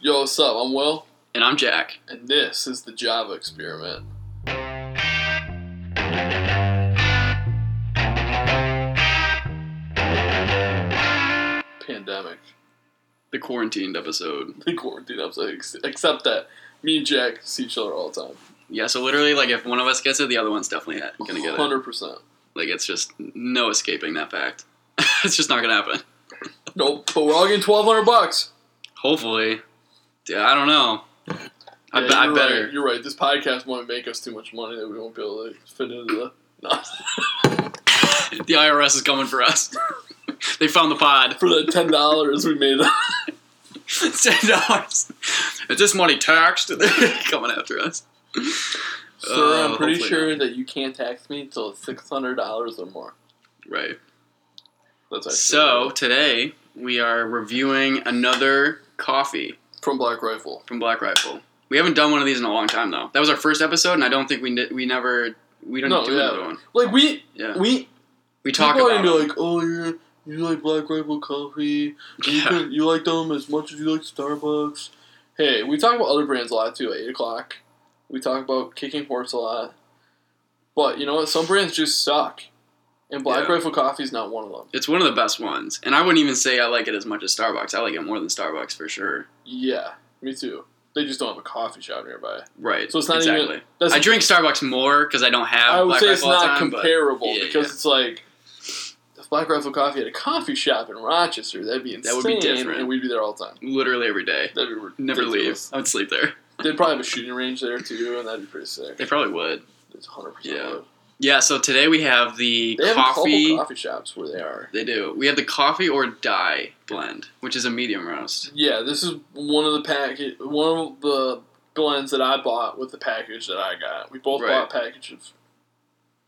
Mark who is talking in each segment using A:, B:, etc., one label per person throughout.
A: Yo, what's up? I'm Will,
B: And I'm Jack.
A: and this is the Java experiment. Pandemic.
B: The quarantined episode.
A: The quarantine episode, ex- except that me and Jack see each other all the time.
B: Yeah, so literally, like, if one of us gets it, the other one's definitely ha- gonna get it.
A: 100%.
B: Like, it's just no escaping that fact. it's just not gonna happen.
A: Nope, but we're all getting 1200 bucks.
B: Hopefully. Yeah, I don't know. I,
A: Yeah,
B: be- I
A: you're
B: better.
A: Right. You're right. This podcast won't make us too much money that we won't be able to fit into the. No.
B: The IRS is coming for us. they found the pod.
A: For the $10 we made.
B: Ten dollars. Is this money taxed? They're coming after us.
A: Sir, I'm
B: Uh,
A: pretty
B: hopefully
A: sure that you can't tax me until it's six hundred dollars or more.
B: Right.
A: That's actually
B: So today we are reviewing another coffee
A: from Black Rifle.
B: from Black Rifle. We haven't done one of these in a long time though. That was our first episode, and I don't think we ne- we never we didn't
A: No,
B: do
A: yeah.
B: another one.
A: Like we
B: Yeah,
A: we
B: we talk
A: people are
B: about it.
A: into like, oh you're you like Black Rifle coffee. You
B: Yeah.
A: can, you like them as much as you like Starbucks. Hey, we talk about other brands a lot too at eight o'clock. We talk about kicking horse a lot. But you know what? Some brands just suck. And Black
B: Yeah.
A: Rifle Coffee is not one of them.
B: It's one of the best ones, and I wouldn't even say I like it as much as Starbucks. I like it more than Starbucks for sure.
A: Yeah, me too. They just don't have a coffee shop nearby.
B: Right.
A: So it's not even-
B: exactly.
A: That's
B: I drink Starbucks more because I don't have.
A: I would
B: Black
A: say it's
B: Rifle all the
A: not
B: time, but-
A: comparable
B: yeah,
A: because
B: yeah.
A: it's like if Black Rifle Coffee had a coffee shop in Rochester, that'd be insane.
B: That would be different.
A: and we'd be there all the time.
B: literally every day.
A: That'd be
B: Never leave.
A: ridiculous.
B: I would sleep there.
A: They'd probably have a shooting range there too, and that'd be pretty sick.
B: They probably would.
A: It's hundred
B: Yeah.
A: percent.
B: Yeah. So today we have the
A: They have a
B: coffee.
A: couple coffee shops where they are.
B: They do. We have the coffee or die blend, which is a medium roast.
A: Yeah, this is one of the package, one of the blends that I bought with the package that I got. We both
B: Right.
A: bought a package of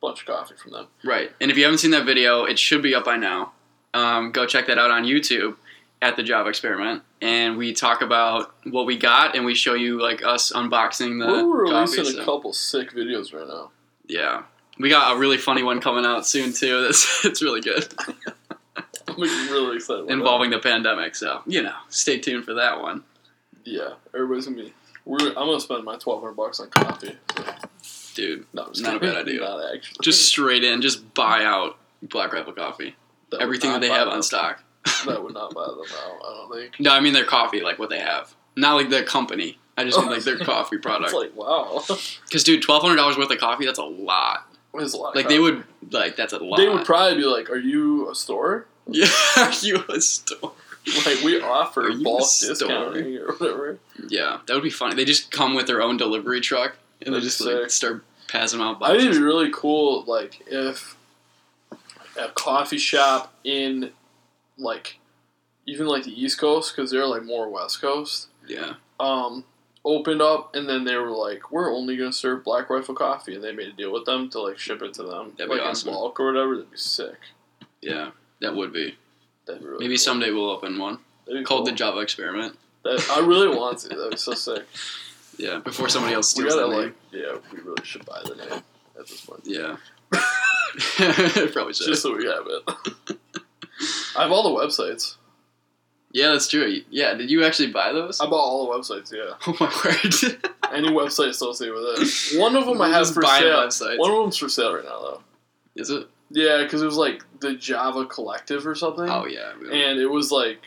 A: bunch of coffee from them.
B: Right. And if you haven't seen that video, it should be up by now. Um, go check that out on YouTube at the Job Experiment, and we talk about what we got, and we show you like us unboxing the
A: We're
B: coffee.
A: releasing
B: so-
A: a couple sick videos right now.
B: yeah. We got a really funny one coming out soon too. That's it's really good.
A: I'm really excited. about that.
B: involving the pandemic. So you know, stay tuned for that one.
A: Yeah, everybody's gonna be. We're, I'm gonna spend my twelve hundred bucks on coffee.
B: Dude,
A: No, it's
B: Not a bad idea.
A: Not actually.
B: just straight in, just buy out Black Rifle Coffee,
A: That would
B: everything
A: not
B: that they
A: buy
B: have
A: them.
B: on stock.
A: That would not buy them out. I don't think.
B: No, I mean their coffee, like what they have, not like their company. I just mean like their coffee
A: It's
B: product.
A: like wow,
B: Because dude, twelve hundred dollars worth of coffee, that's a lot.
A: it's a lot. of
B: Like they
A: coffee.
B: would, like that's a lot.
A: Uh, They would probably be like, "Are you a store?
B: yeah, you a store.
A: Like we offer
B: Are you a
A: bulk
B: store?
A: discounting or whatever."
B: Yeah, that would be funny. They just come with their own delivery truck and they
A: That'd be
B: just like
A: sick.
B: start passing out
A: I think it'd
B: boxes.
A: be really cool, like if a coffee shop in, like, even like the East Coast, because they're like more West Coast.
B: Yeah,
A: um, opened up, and then they were like, "We're only gonna serve Black Rifle coffee," and they made a deal with them to like ship it to them,
B: That'd be
A: like
B: awesome.
A: in bulk or whatever. That'd be sick.
B: yeah, that would be.
A: That'd be really
B: Maybe
A: cool.
B: someday we'll open one
A: That'd be
B: called the
A: cool.
B: Java Experiment.
A: That- I really want to. That'd be so sick.
B: Yeah, before somebody else
A: We
B: steals
A: gotta
B: that name.
A: like, yeah, we really should buy the name at this point,
B: Yeah. Probably should.
A: just so we have it. I have all the websites.
B: yeah, that's true. Yeah, did you actually buy those?
A: I bought all the websites. Yeah,
B: oh my word.
A: any website associated with it. One of them I
B: We're
A: have
B: just
A: for
B: buying
A: sale.
B: websites.
A: One of them's for sale right now, though.
B: Is it?
A: Yeah, because it was like the Java Collective or something.
B: Oh yeah. we don't-
A: and it was like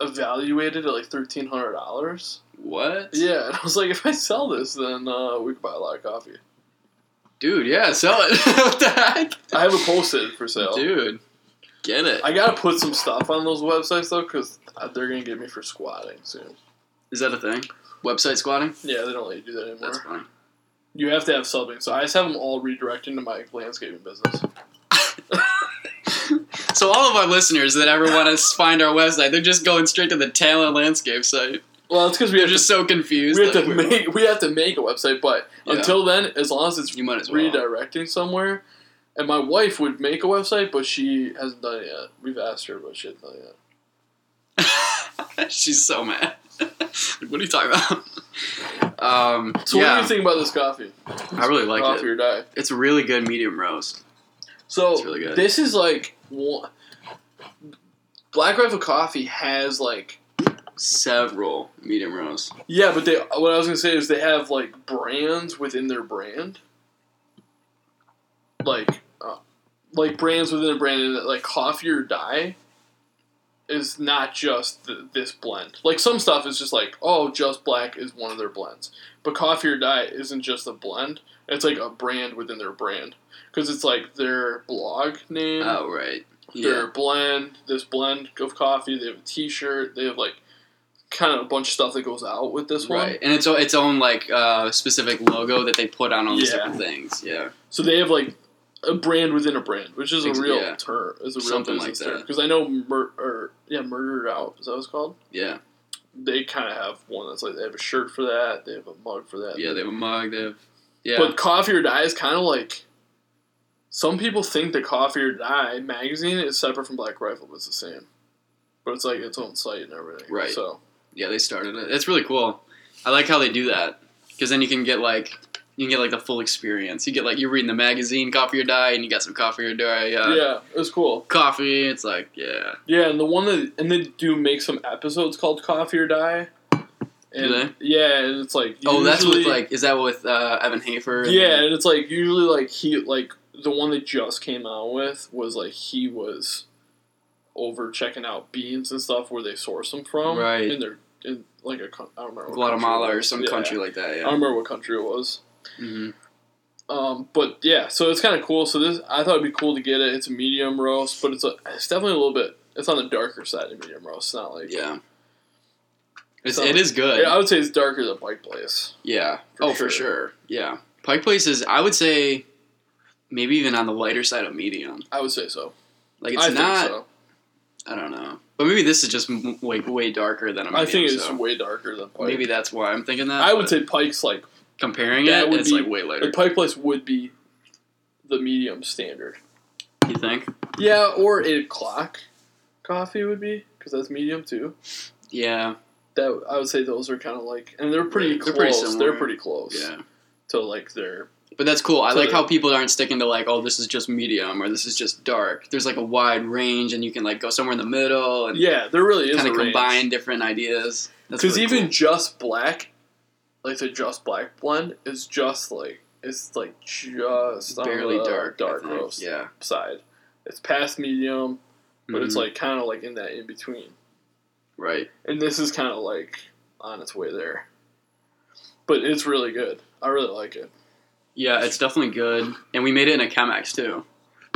A: evaluated at like thirteen hundred dollars.
B: What?
A: Yeah, and I was like, if I sell this, then uh, we could buy a lot of coffee.
B: Dude, yeah, sell it. what the heck?
A: I have it posted for sale.
B: Dude, get it.
A: I gotta put some stuff on those websites though, because they're gonna get me for squatting soon.
B: Is that a thing? Website squatting?
A: Yeah, they don't let you do that anymore.
B: That's funny.
A: You have to have subbing, so I just have them all redirected to my landscaping business.
B: So all of our listeners that ever want to find our website, they're just going straight to the Talent Landscape site.
A: Well, it's because we
B: They're
A: have just
B: just so
A: to,
B: confused.
A: we have
B: like,
A: to make we have to make a website, but
B: Yeah.
A: until then, as long as it's
B: You might as well.
A: redirecting somewhere. And my wife would make a website, but she hasn't done it yet. We've asked her, but she hasn't done it yet.
B: She's so mad. what are you talking about? Um,
A: So
B: yeah,
A: what do you think about this coffee?
B: I really like it.
A: coffee or die.
B: It's a really good medium roast.
A: So
B: It's really good.
A: this is like one. Black Rifle Coffee has like
B: several medium rows.
A: Yeah, but they what I was gonna say is they have like brands within their brand, like uh, like brands within a brand, and that like coffee or dye is not just th- this blend. Like some stuff is just like oh, just black is one of their blends, but coffee or dye isn't just a blend. It's like a brand within their brand because it's like their blog name,
B: Oh right.
A: their
B: Yeah.
A: blend, this blend of coffee. They have a T-shirt. They have like kind of a bunch of stuff that goes out with this one.
B: Right. And it's o- its own like uh, specific logo that they put on all these
A: Yeah.
B: different things. Yeah.
A: So they have like a brand within a brand, which is a
B: Ex-
A: real
B: yeah.
A: term, is a real
B: Something like
A: business
B: that.
A: term. Because I know mur- or yeah, murdered out is that what it's called.
B: Yeah.
A: They kind of have one that's like they have a shirt for that, they have a mug for that.
B: Yeah. They have a mug. They have. Yeah.
A: But coffee or die is kind of like. Some people think that Coffee or Die magazine is separate from Black Rifle, but it's the same. But it's like its own site and everything.
B: Right.
A: So
B: yeah. They started it. It's really cool. I like how they do that because then you can get like. You can get like the full experience. You get like you're reading the magazine, coffee or die, and you got some coffee or die. Uh,
A: yeah, it was cool.
B: Coffee. It's like yeah.
A: Yeah, and the one that and they do make some episodes called Coffee or Die. And
B: they?
A: yeah, and it's like
B: Oh, that's with
A: usually-
B: like is that with uh, Evan Hafer? and-
A: Yeah, and it's like usually like he like the one that just came out with was like he was over checking out beans and stuff where they source them from.
B: Right.
A: In their in like a coun- I don't remember what
B: Guatemala
A: country it
B: or
A: was.
B: some
A: Yeah, Um,
B: country like that.
A: I don't
B: Yeah.
A: remember what country it was.
B: hmm
A: Um, but yeah, so it's kind of cool. So this, I thought it'd be cool to get it. It's a medium roast, but it's a, it's definitely a little bit. It's on the darker side of medium roast. It's not like
B: Yeah. It's,
A: So-
B: it is good.
A: Yeah, I would say it's darker than Pike Place.
B: Yeah.
A: For sure.
B: oh, for sure. Yeah. Pike Place is, I would say, maybe even on the lighter side of medium.
A: I would say so.
B: Like it's
A: I
B: not.
A: Think so.
B: I don't know. But maybe this is just m- way way darker than a medium.
A: I think it's
B: so
A: way darker than Pike.
B: maybe that's why I'm thinking that.
A: I would
B: but
A: say Pike's like
B: comparing
A: that
B: it,
A: would
B: it's
A: be-
B: like way lighter.
A: like Pike Place would be the medium standard.
B: You think?
A: Yeah, or eight o'clock coffee would be because that's medium too.
B: Yeah.
A: That I would say those are kind of like, and they're pretty
B: Right, they're pretty
A: close.
B: similar.
A: they're pretty close
B: Yeah.
A: to like their
B: But that's cool. I
A: So
B: like
A: the-
B: how people aren't sticking to like, oh, this is just medium or this is just dark. There's like a wide range, and you can like go somewhere in the middle and
A: yeah. There really is
B: kind of
A: a
B: combine different ideas. That's
A: because
B: really
A: even
B: cool.
A: just black, like the just black blend is just like it's like just on
B: barely
A: the
B: dark, I
A: dark
B: think.
A: roast.
B: Yeah,
A: side. It's past medium, but it's
B: Mhm.
A: like kind of like in that in between.
B: right.
A: And this is kind of like on its way there. But it's really good. I really like it.
B: Yeah, it's definitely good, and we made it in a Chemex too.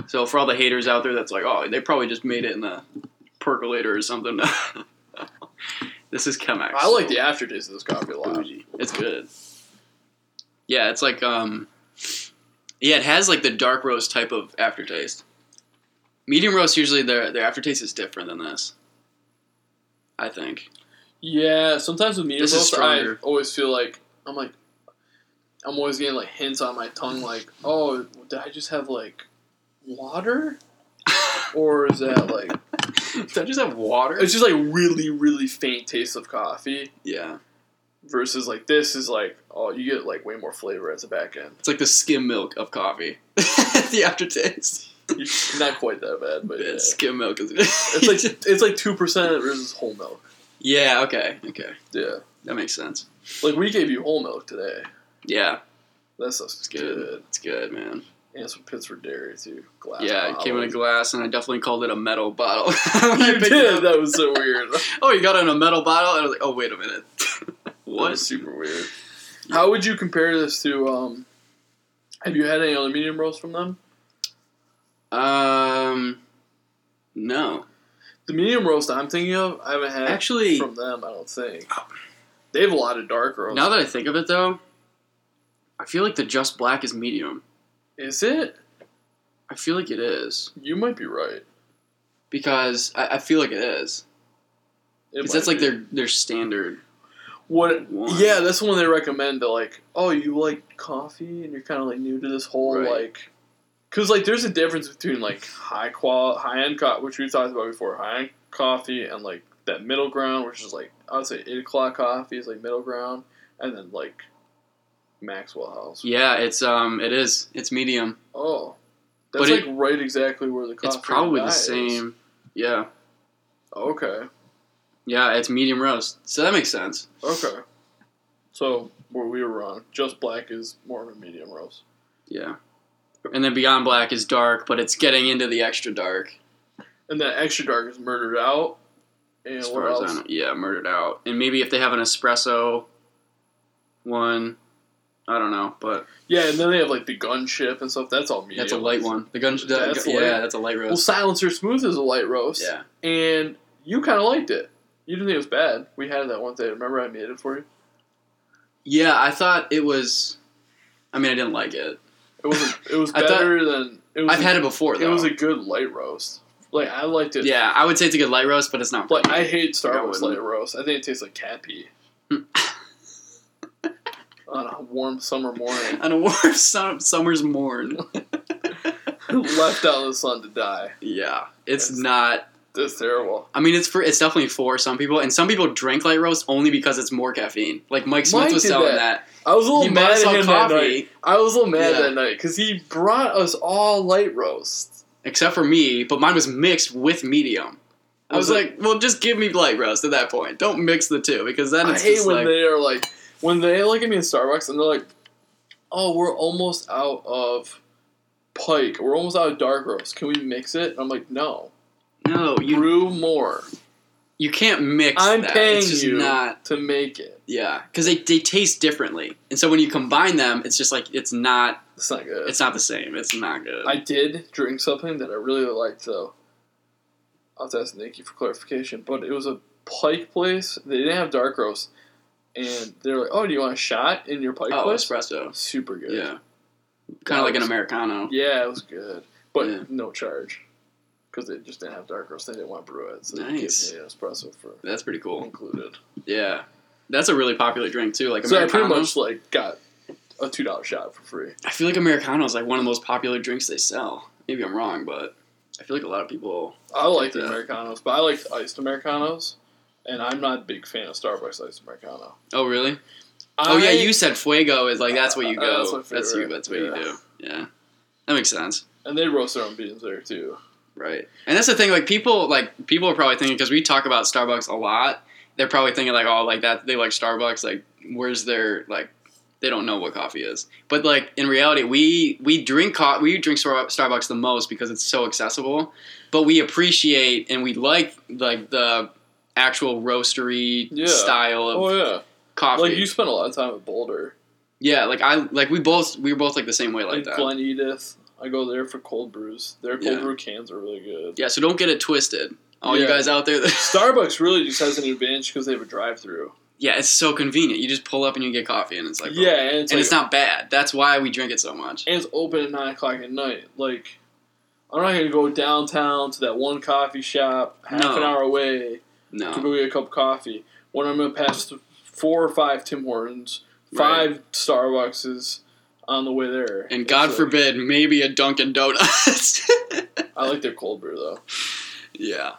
B: So for all the haters out there, that's like, oh, they probably just made it in the percolator or something. this is Chemex.
A: I like the aftertaste of this coffee a lot.
B: Bougie. It's good. Yeah, it's like um, yeah, it has like the dark roast type of aftertaste. Medium roast usually their their aftertaste is different than this. I think.
A: Yeah, sometimes with medium
B: This is
A: roast, I
B: stronger.
A: always feel like I'm like I'm always getting like hints on my tongue, like, oh, did I just have like water, or is that like?
B: Did I just have water?
A: It's just like really, really faint taste of coffee.
B: Yeah,
A: versus like this is like oh you get like way more flavor at the back end.
B: it's like the skim milk of coffee. the aftertaste.
A: You- Not quite that bad, but yeah.
B: Yeah,
A: it's
B: skim milk is.
A: like it's like two percent versus whole milk.
B: yeah. Okay. Okay.
A: Yeah,
B: That makes sense.
A: like we gave you whole milk today.
B: Yeah,
A: That stuff's
B: it's
A: good.
B: good. It's good, man.
A: and some Pittsburgh dairy too. Glass.
B: yeah, it came in a
A: bottles.
B: glass, and I definitely called it a metal bottle.
A: You did. That was so weird.
B: oh, you got it in a metal bottle? And I was like, oh, wait a minute.
A: That
B: what?
A: was super weird. How would you compare this to? um Have you had any other medium roast from them?
B: Um, no.
A: The medium roast I'm thinking of, I haven't had
B: Actually, oh.
A: from them. I don't think they have a lot of dark roast.
B: now that I think of it, though, I feel like the Just Black is medium.
A: is it?
B: I feel like it is.
A: You might be right.
B: Because I, I feel like it is.
A: It
B: Because that's
A: might
B: like
A: be.
B: their, their standard.
A: What?
B: One.
A: Yeah, that's the one they recommend to like. Oh, you like coffee, and you're kind of like new to this whole
B: Right.
A: like, because like there's a difference between like high qual, high end coffee, which we talked about before, high end coffee, and like that middle ground, which is like I would say eight o'clock coffee is like middle ground, and then like Maxwell House.
B: Yeah, it's um, it is. It's medium.
A: Oh, that's
B: But it-
A: like right exactly where the coffee.
B: It's probably
A: guy
B: the
A: is.
B: same. Yeah.
A: Okay,
B: Yeah, it's medium roast, so that makes sense.
A: Okay. So where we were wrong. Just black is more of a medium roast.
B: Yeah, and then Beyond Black is dark, but it's getting into the extra dark.
A: And then extra dark is murdered out. And
B: as
A: what
B: far as I
A: else?
B: know. Yeah, murdered out, and maybe if they have an espresso one, I don't know, but
A: Yeah, and then they have like the gunship and stuff. That's all medium.
B: that's a light
A: roast.
B: one. The gun, the-
A: That's
B: yeah,
A: light.
B: that's a light
A: Well,
B: roast.
A: Silencer Smooth is a light roast.
B: yeah,
A: And you kind of liked it. You didn't think it was bad. We had it that one day. Remember I made it for you?
B: yeah. I thought it was. I mean, I didn't like it.
A: It wasn't. It was
B: I thought-
A: better than. It was
B: I've had it before
A: It
B: though.
A: was a good light roast. Like I liked it.
B: yeah, I would say it's a good light roast, but it's not.
A: Like I hate Star
B: Yeah, I
A: Wars
B: wouldn't.
A: light roast. I think it tastes like cat pee.
B: Hmm.
A: On a warm summer morning,
B: on a warm sum- summer's morn.
A: left out in the sun to die.
B: yeah, it's
A: That's-
B: not.
A: That's terrible.
B: I mean, it's for it's definitely for some people, and some people drink light roast only because it's more caffeine. Like Mike Smith
A: Mike
B: was
A: did
B: selling
A: that.
B: that.
A: I was a little
B: He might
A: mad
B: as
A: at
B: well
A: him that night.
B: coffee,
A: I was a little mad
B: Yeah.
A: that night because he brought us all light roast.
B: except for me, but mine was mixed with medium. I was
A: Was it-
B: like, well, just give me light roast at that point. Don't mix the two because then
A: I
B: it's
A: hate
B: just
A: when
B: like,
A: they are like when they look at me in Starbucks and they're like, "Oh, we're almost out of Pike. We're almost out of dark roast. Can we mix it?" I'm like, "No,
B: no, you
A: brew more."
B: you can't mix.
A: I'm
B: that.
A: paying
B: it's just
A: you
B: Not
A: to make it.
B: yeah, because they they taste differently, and so when you combine them, it's just like it's not
A: It's not good.
B: It's not the same. It's not good.
A: I did drink something that I really liked though. I'll have to ask Nikki for clarification, but it was a Pike place. They didn't have dark roast, and they're like, "Oh, do you want a shot in your Pike
B: oh,
A: place?"
B: espresso.
A: Super good.
B: Yeah. Kind of like an Americano.
A: Yeah, it was good, but
B: Yeah.
A: no charge because they just didn't have dark roast. They didn't want to brew it, so
B: Nice.
A: they gave me an espresso for
B: That's pretty cool.
A: included.
B: Yeah. That's a really popular drink too. Like
A: so I
B: Americano.
A: pretty much like got a two dollar shot for free.
B: I feel like Americano is like one of the most popular drinks they sell. Maybe I'm wrong, but I feel like a lot of people.
A: I like the
B: Yeah.
A: Americanos, but I like iced Americanos, and I'm not a big fan of Starbucks iced Americano.
B: Oh really? oh yeah,
A: I-
B: you said fuego is like that's what you
A: Uh,
B: go.
A: that's my
B: that's, you.
A: favorite.
B: That's what
A: Yeah.
B: you do. Yeah. That makes sense.
A: and they roast their own beans there too.
B: Right. And that's the thing. Like people, like people are probably thinking because we talk about Starbucks a lot. They're probably thinking like, oh, like that. They like Starbucks. Like, where's their like? They don't know what coffee is. But like in reality, we we drink co- we drink Star- Starbucks the most because it's so accessible. But we appreciate and we like like the actual roastery
A: Yeah.
B: style of
A: Oh yeah,
B: coffee.
A: like you spent a lot of time at Boulder,
B: yeah. Like I like we both we were both like the same way like
A: like,
B: that.
A: Glen Edith. I go there for cold brews. Their cold
B: Yeah.
A: brew cans are really good.
B: yeah. So don't get it twisted, all you
A: Yeah.
B: guys out there. that-
A: Starbucks really just has an advantage because they have a drive-through.
B: Yeah, it's so convenient. You just pull up and you get coffee, and it's like "Oh."
A: yeah, and it's
B: and
A: like
B: it's not bad. That's why we drink it so much.
A: and it's open at nine o'clock at night. Like, I'm not gonna go downtown to that one coffee shop half an
B: No.
A: hour away to
B: No,
A: go get a cup of coffee when I'm gonna pass th- four or five Tim Hortons, five Starbuckses on the way there.
B: and
A: It's
B: God
A: like-
B: forbid, maybe a Dunkin' Donuts.
A: I like their cold brew though.
B: yeah,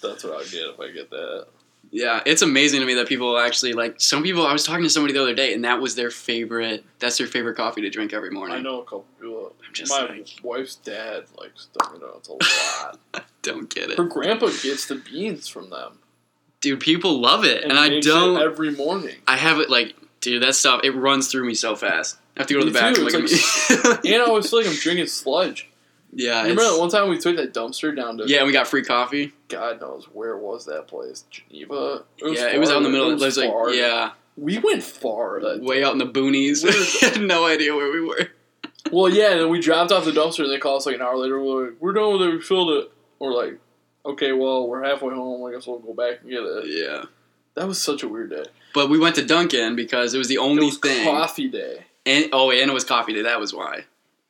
A: That's what I would get if I get that.
B: yeah, it's amazing to me that people actually like. Some people, I was talking to somebody the other day, and that was their favorite. That's their favorite coffee to drink every morning.
A: I know a couple people.
B: I'm just
A: My
B: like,
A: wife's dad likes Dunkin' Donuts a lot.
B: don't get it,
A: Her grandpa gets the beans from them,
B: dude. People love it, and, I
A: makes it
B: don't.
A: every morning.
B: I have it like, dude, that stuff. It runs through me so fast. I have to go to
A: Me
B: the bathroom.
A: too,
B: Like,
A: it's And I always feel like I'm drinking sludge.
B: yeah,
A: You remember
B: it's-
A: that one time we took that dumpster down to
B: yeah, and we got free coffee.
A: God knows where was that place? Geneva?
B: yeah, it was out in the
A: far.
B: middle. It was like,
A: far.
B: yeah,
A: We went far. that-
B: way out in the boonies.
A: Where-
B: we had no idea where we were.
A: Well, yeah, and then we dropped off the dumpster and they called us like an hour later. We're like, we're done with it. We filled it. We're like, okay, well, we're halfway home. I guess we'll go back and get it.
B: Yeah.
A: That was such a weird day.
B: But we went to Dunkin' because it was the
A: It
B: only
A: was
B: thing.
A: coffee day.
B: and oh, and it was coffee day. That was why.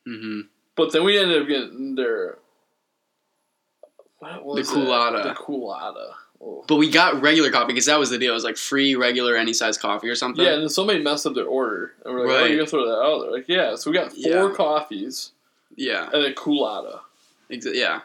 B: hmm
A: But then we ended up getting their. What was
B: The
A: it?
B: culotta.
A: The culotta. Oh.
B: But we got regular coffee because that was the deal. It was like free, regular, any size coffee or something.
A: Yeah, and then somebody messed up their order, and we're like, "Oh,
B: Right.
A: you gotta throw that out." They're like, "Yeah." So we got four
B: Yeah.
A: coffees
B: Yeah.
A: and a culotta,
B: Exa- yeah.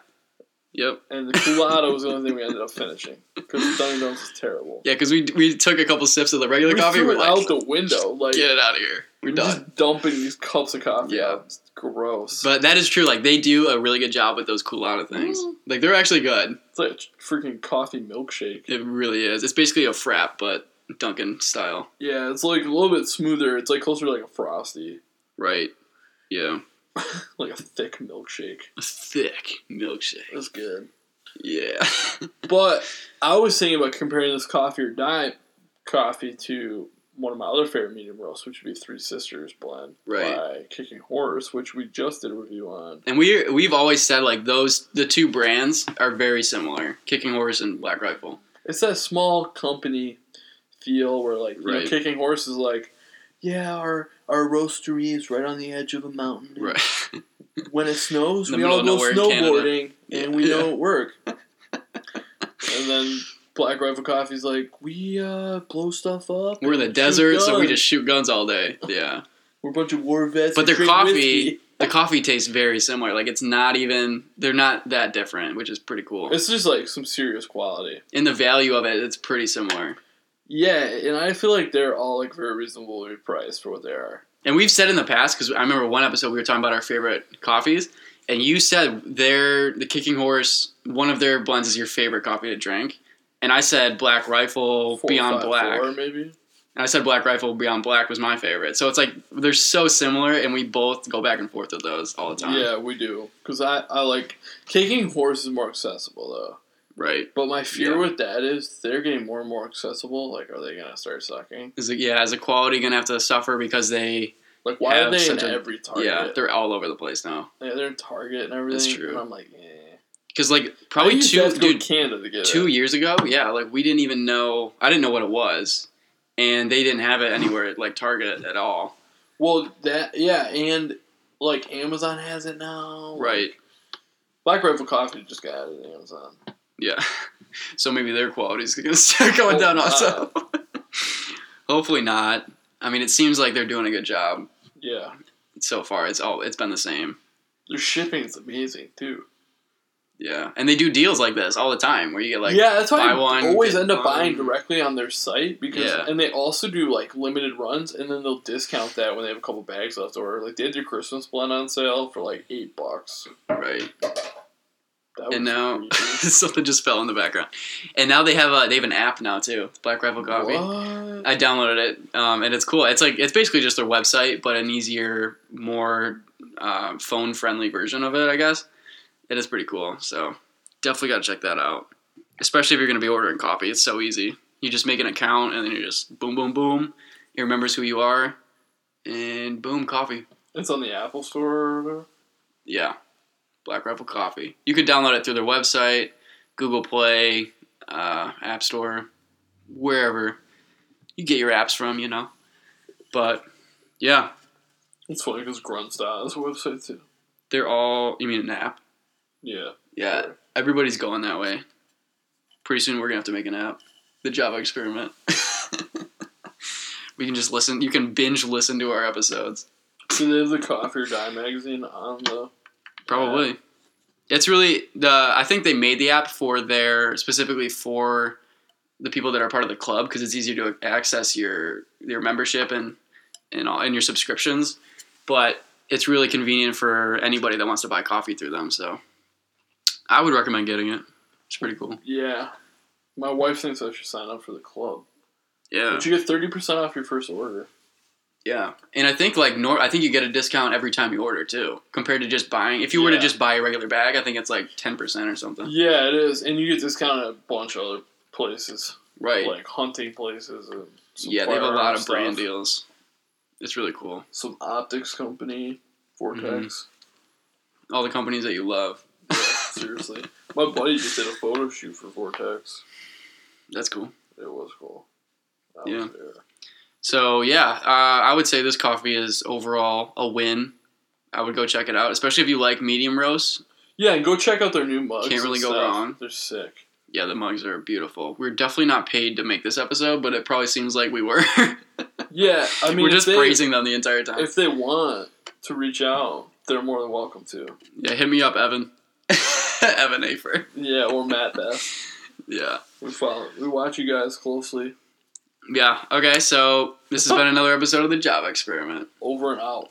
B: Yep.
A: and the culotta was the only thing we ended up finishing because Dunkin' Donuts is terrible.
B: Yeah, because we we took a couple siffs of the regular
A: we
B: coffee.
A: threw
B: we're
A: it
B: like,
A: out the window, like
B: get it out of here. We're
A: You're
B: done.
A: just dumping these cups of coffee.
B: Yeah.
A: out. It's gross.
B: But that is true. Like they do a really good job with those culotta things.
A: Mm.
B: Like they're actually good.
A: it's like a freaking coffee milkshake.
B: It really is. It's basically a frap, but Dunkin' style,
A: Yeah, it's like a little bit smoother. It's like closer to like a frosty,
B: right? Yeah,
A: like a thick milkshake.
B: a thick milkshake.
A: That's good.
B: Yeah,
A: But I was thinking about comparing this coffee or diet coffee to one of my other favorite medium roasts, which would be Three Sisters Blend
B: Right.
A: by Kicking Horse, which we just did a review on.
B: and we we've always said like those the two brands are very similar, Kicking Horse and Black Rifle.
A: It's that small company feel where like you know,
B: Right.
A: Kicking Horse is like, yeah, our our roastery is right on the edge of a mountain. and
B: Right.
A: When it snows,
B: In the
A: we
B: middle
A: all
B: of
A: go
B: nowhere in Canada.
A: snowboarding, and
B: Yeah.
A: we
B: Yeah.
A: don't work. and then Black Rifle Coffee's like, we uh, blow stuff up.
B: We're in the
A: and shoot
B: desert, so we
A: guns."
B: just shoot guns all day. Yeah.
A: We're a bunch of war vets.
B: But
A: who
B: their
A: drink
B: coffee-
A: whiskey.
B: The coffee tastes very similar. Like it's not even they're not that different, which is pretty cool.
A: It's just like some serious quality.
B: And the value of it, it's pretty similar.
A: Yeah, and I feel like they're all like very reasonably priced for what they are.
B: And we've said in the past because I remember one episode we were talking about our favorite coffees, and you said their the Kicking Horse one of their blends is your favorite coffee to drink, and I said Black Rifle
A: Four,
B: Beyond
A: five,
B: Black,
A: four,
B: and
A: maybe.
B: I said Black Rifle Beyond Black was my favorite. So it's like they're so similar, and we both go back and forth with those all the time.
A: Yeah, we do. Because I, I like kicking horse is more accessible though.
B: right.
A: But my fear
B: Yeah.
A: with that is they're getting more and more accessible. Like, are they gonna start sucking?
B: Is it, yeah, is the quality gonna have to suffer because they
A: Like, why are
B: Have
A: they in
B: such a-
A: every Target?
B: yeah they're all over the place now.
A: Yeah, they're in Target and everything.
B: true.
A: And I'm like, eh.
B: Because like
A: I
B: probably
A: used to
B: two
A: have to go to
B: dude
A: Canada to get
B: two
A: it.
B: years ago yeah like we didn't even know i didn't know what it was and they didn't have it anywhere at like target at all
A: Well, that yeah, and like Amazon has it now.
B: right
A: Black Rifle Coffee just got it on Amazon.
B: yeah so maybe their quality is gonna start going down
A: Hope
B: also hopefully not i mean it seems like they're doing a good job
A: Yeah.
B: so far it's all it's been the same
A: Their shipping is amazing too.
B: yeah and they do deals like this all the time where you get like
A: yeah, that's why
B: buy
A: I
B: one,
A: always
B: get
A: end up buying
B: one.
A: directly on their site because
B: Yeah.
A: and they also do like limited runs and then they'll discount that when they have a couple bags left over. Like they had their Christmas blend on sale for like eight bucks.
B: right
A: That was
B: and now
A: creepy.
B: something just fell in the background and now they have a they have an app now too black rifle coffee
A: What?
B: I downloaded it, um, and it's cool. It's like it's basically just their website, but an easier, more uh, phone-friendly version of it, I guess. It is pretty cool, so definitely gotta check that out. Especially if you're gonna be ordering coffee, it's so easy. You just make an account, and then you just boom, boom, boom. It remembers who you are, and boom, coffee.
A: It's on the Apple Store or whatever.
B: Yeah, Black Rifle Coffee. You could download it through their website, Google Play, uh, App Store, wherever you get your apps from, you know. But yeah,
A: It's funny because Grunstyle is a website too.
B: they're all. You mean an app?
A: Yeah.
B: Yeah, everybody's going that way. Pretty soon we're gonna have to make an app. The Java experiment. we can just listen. You can binge listen to our episodes.
A: So they have the Coffee or Die magazine on the
B: Probably. It's really the I think they made the app for their specifically for the people that are part of the club because it's easier to access your your membership and and all and your subscriptions, but it's really convenient for anybody that wants to buy coffee through them. So I would recommend getting it. It's pretty cool.
A: Yeah. My wife thinks I should sign up for the club.
B: Yeah,
A: But you get thirty percent off your first order.
B: yeah. And I think like nor I think you get a discount every time you order too, compared to just buying. If you were to
A: Yeah.
B: just buy a regular bag, I think it's like ten percent or something.
A: Yeah, it is, and you get discounted at a bunch of other places,
B: Right.
A: like hunting places. And some
B: Yeah, they have a lot
A: firearm
B: of brand
A: stuff.
B: deals. It's really cool.
A: Some optics company, Vortex.
B: All the companies that you love.
A: Yeah, seriously, my buddy just did a photo shoot for Vortex.
B: That's cool.
A: It was cool. I
B: Yeah.
A: was there.
B: So yeah, uh, I would say this coffee is overall a win. I would go check it out, especially if you like medium roast.
A: Yeah, and go check out their new mugs.
B: Can't
A: and
B: really go
A: stuff.
B: wrong.
A: They're sick.
B: Yeah, the mugs are beautiful. We're definitely not paid to make this episode, but it probably seems like we were.
A: Yeah, I mean,
B: we're
A: if
B: just
A: they-
B: praising them the entire time.
A: If they want to reach out, they're more than welcome to.
B: yeah, hit me up, Evan. Evan Afer.
A: Yeah, or Matt Beth.
B: Yeah.
A: We follow. We watch you guys closely.
B: Yeah. Okay. So this has been another episode of the Java Experiment.
A: Over and out.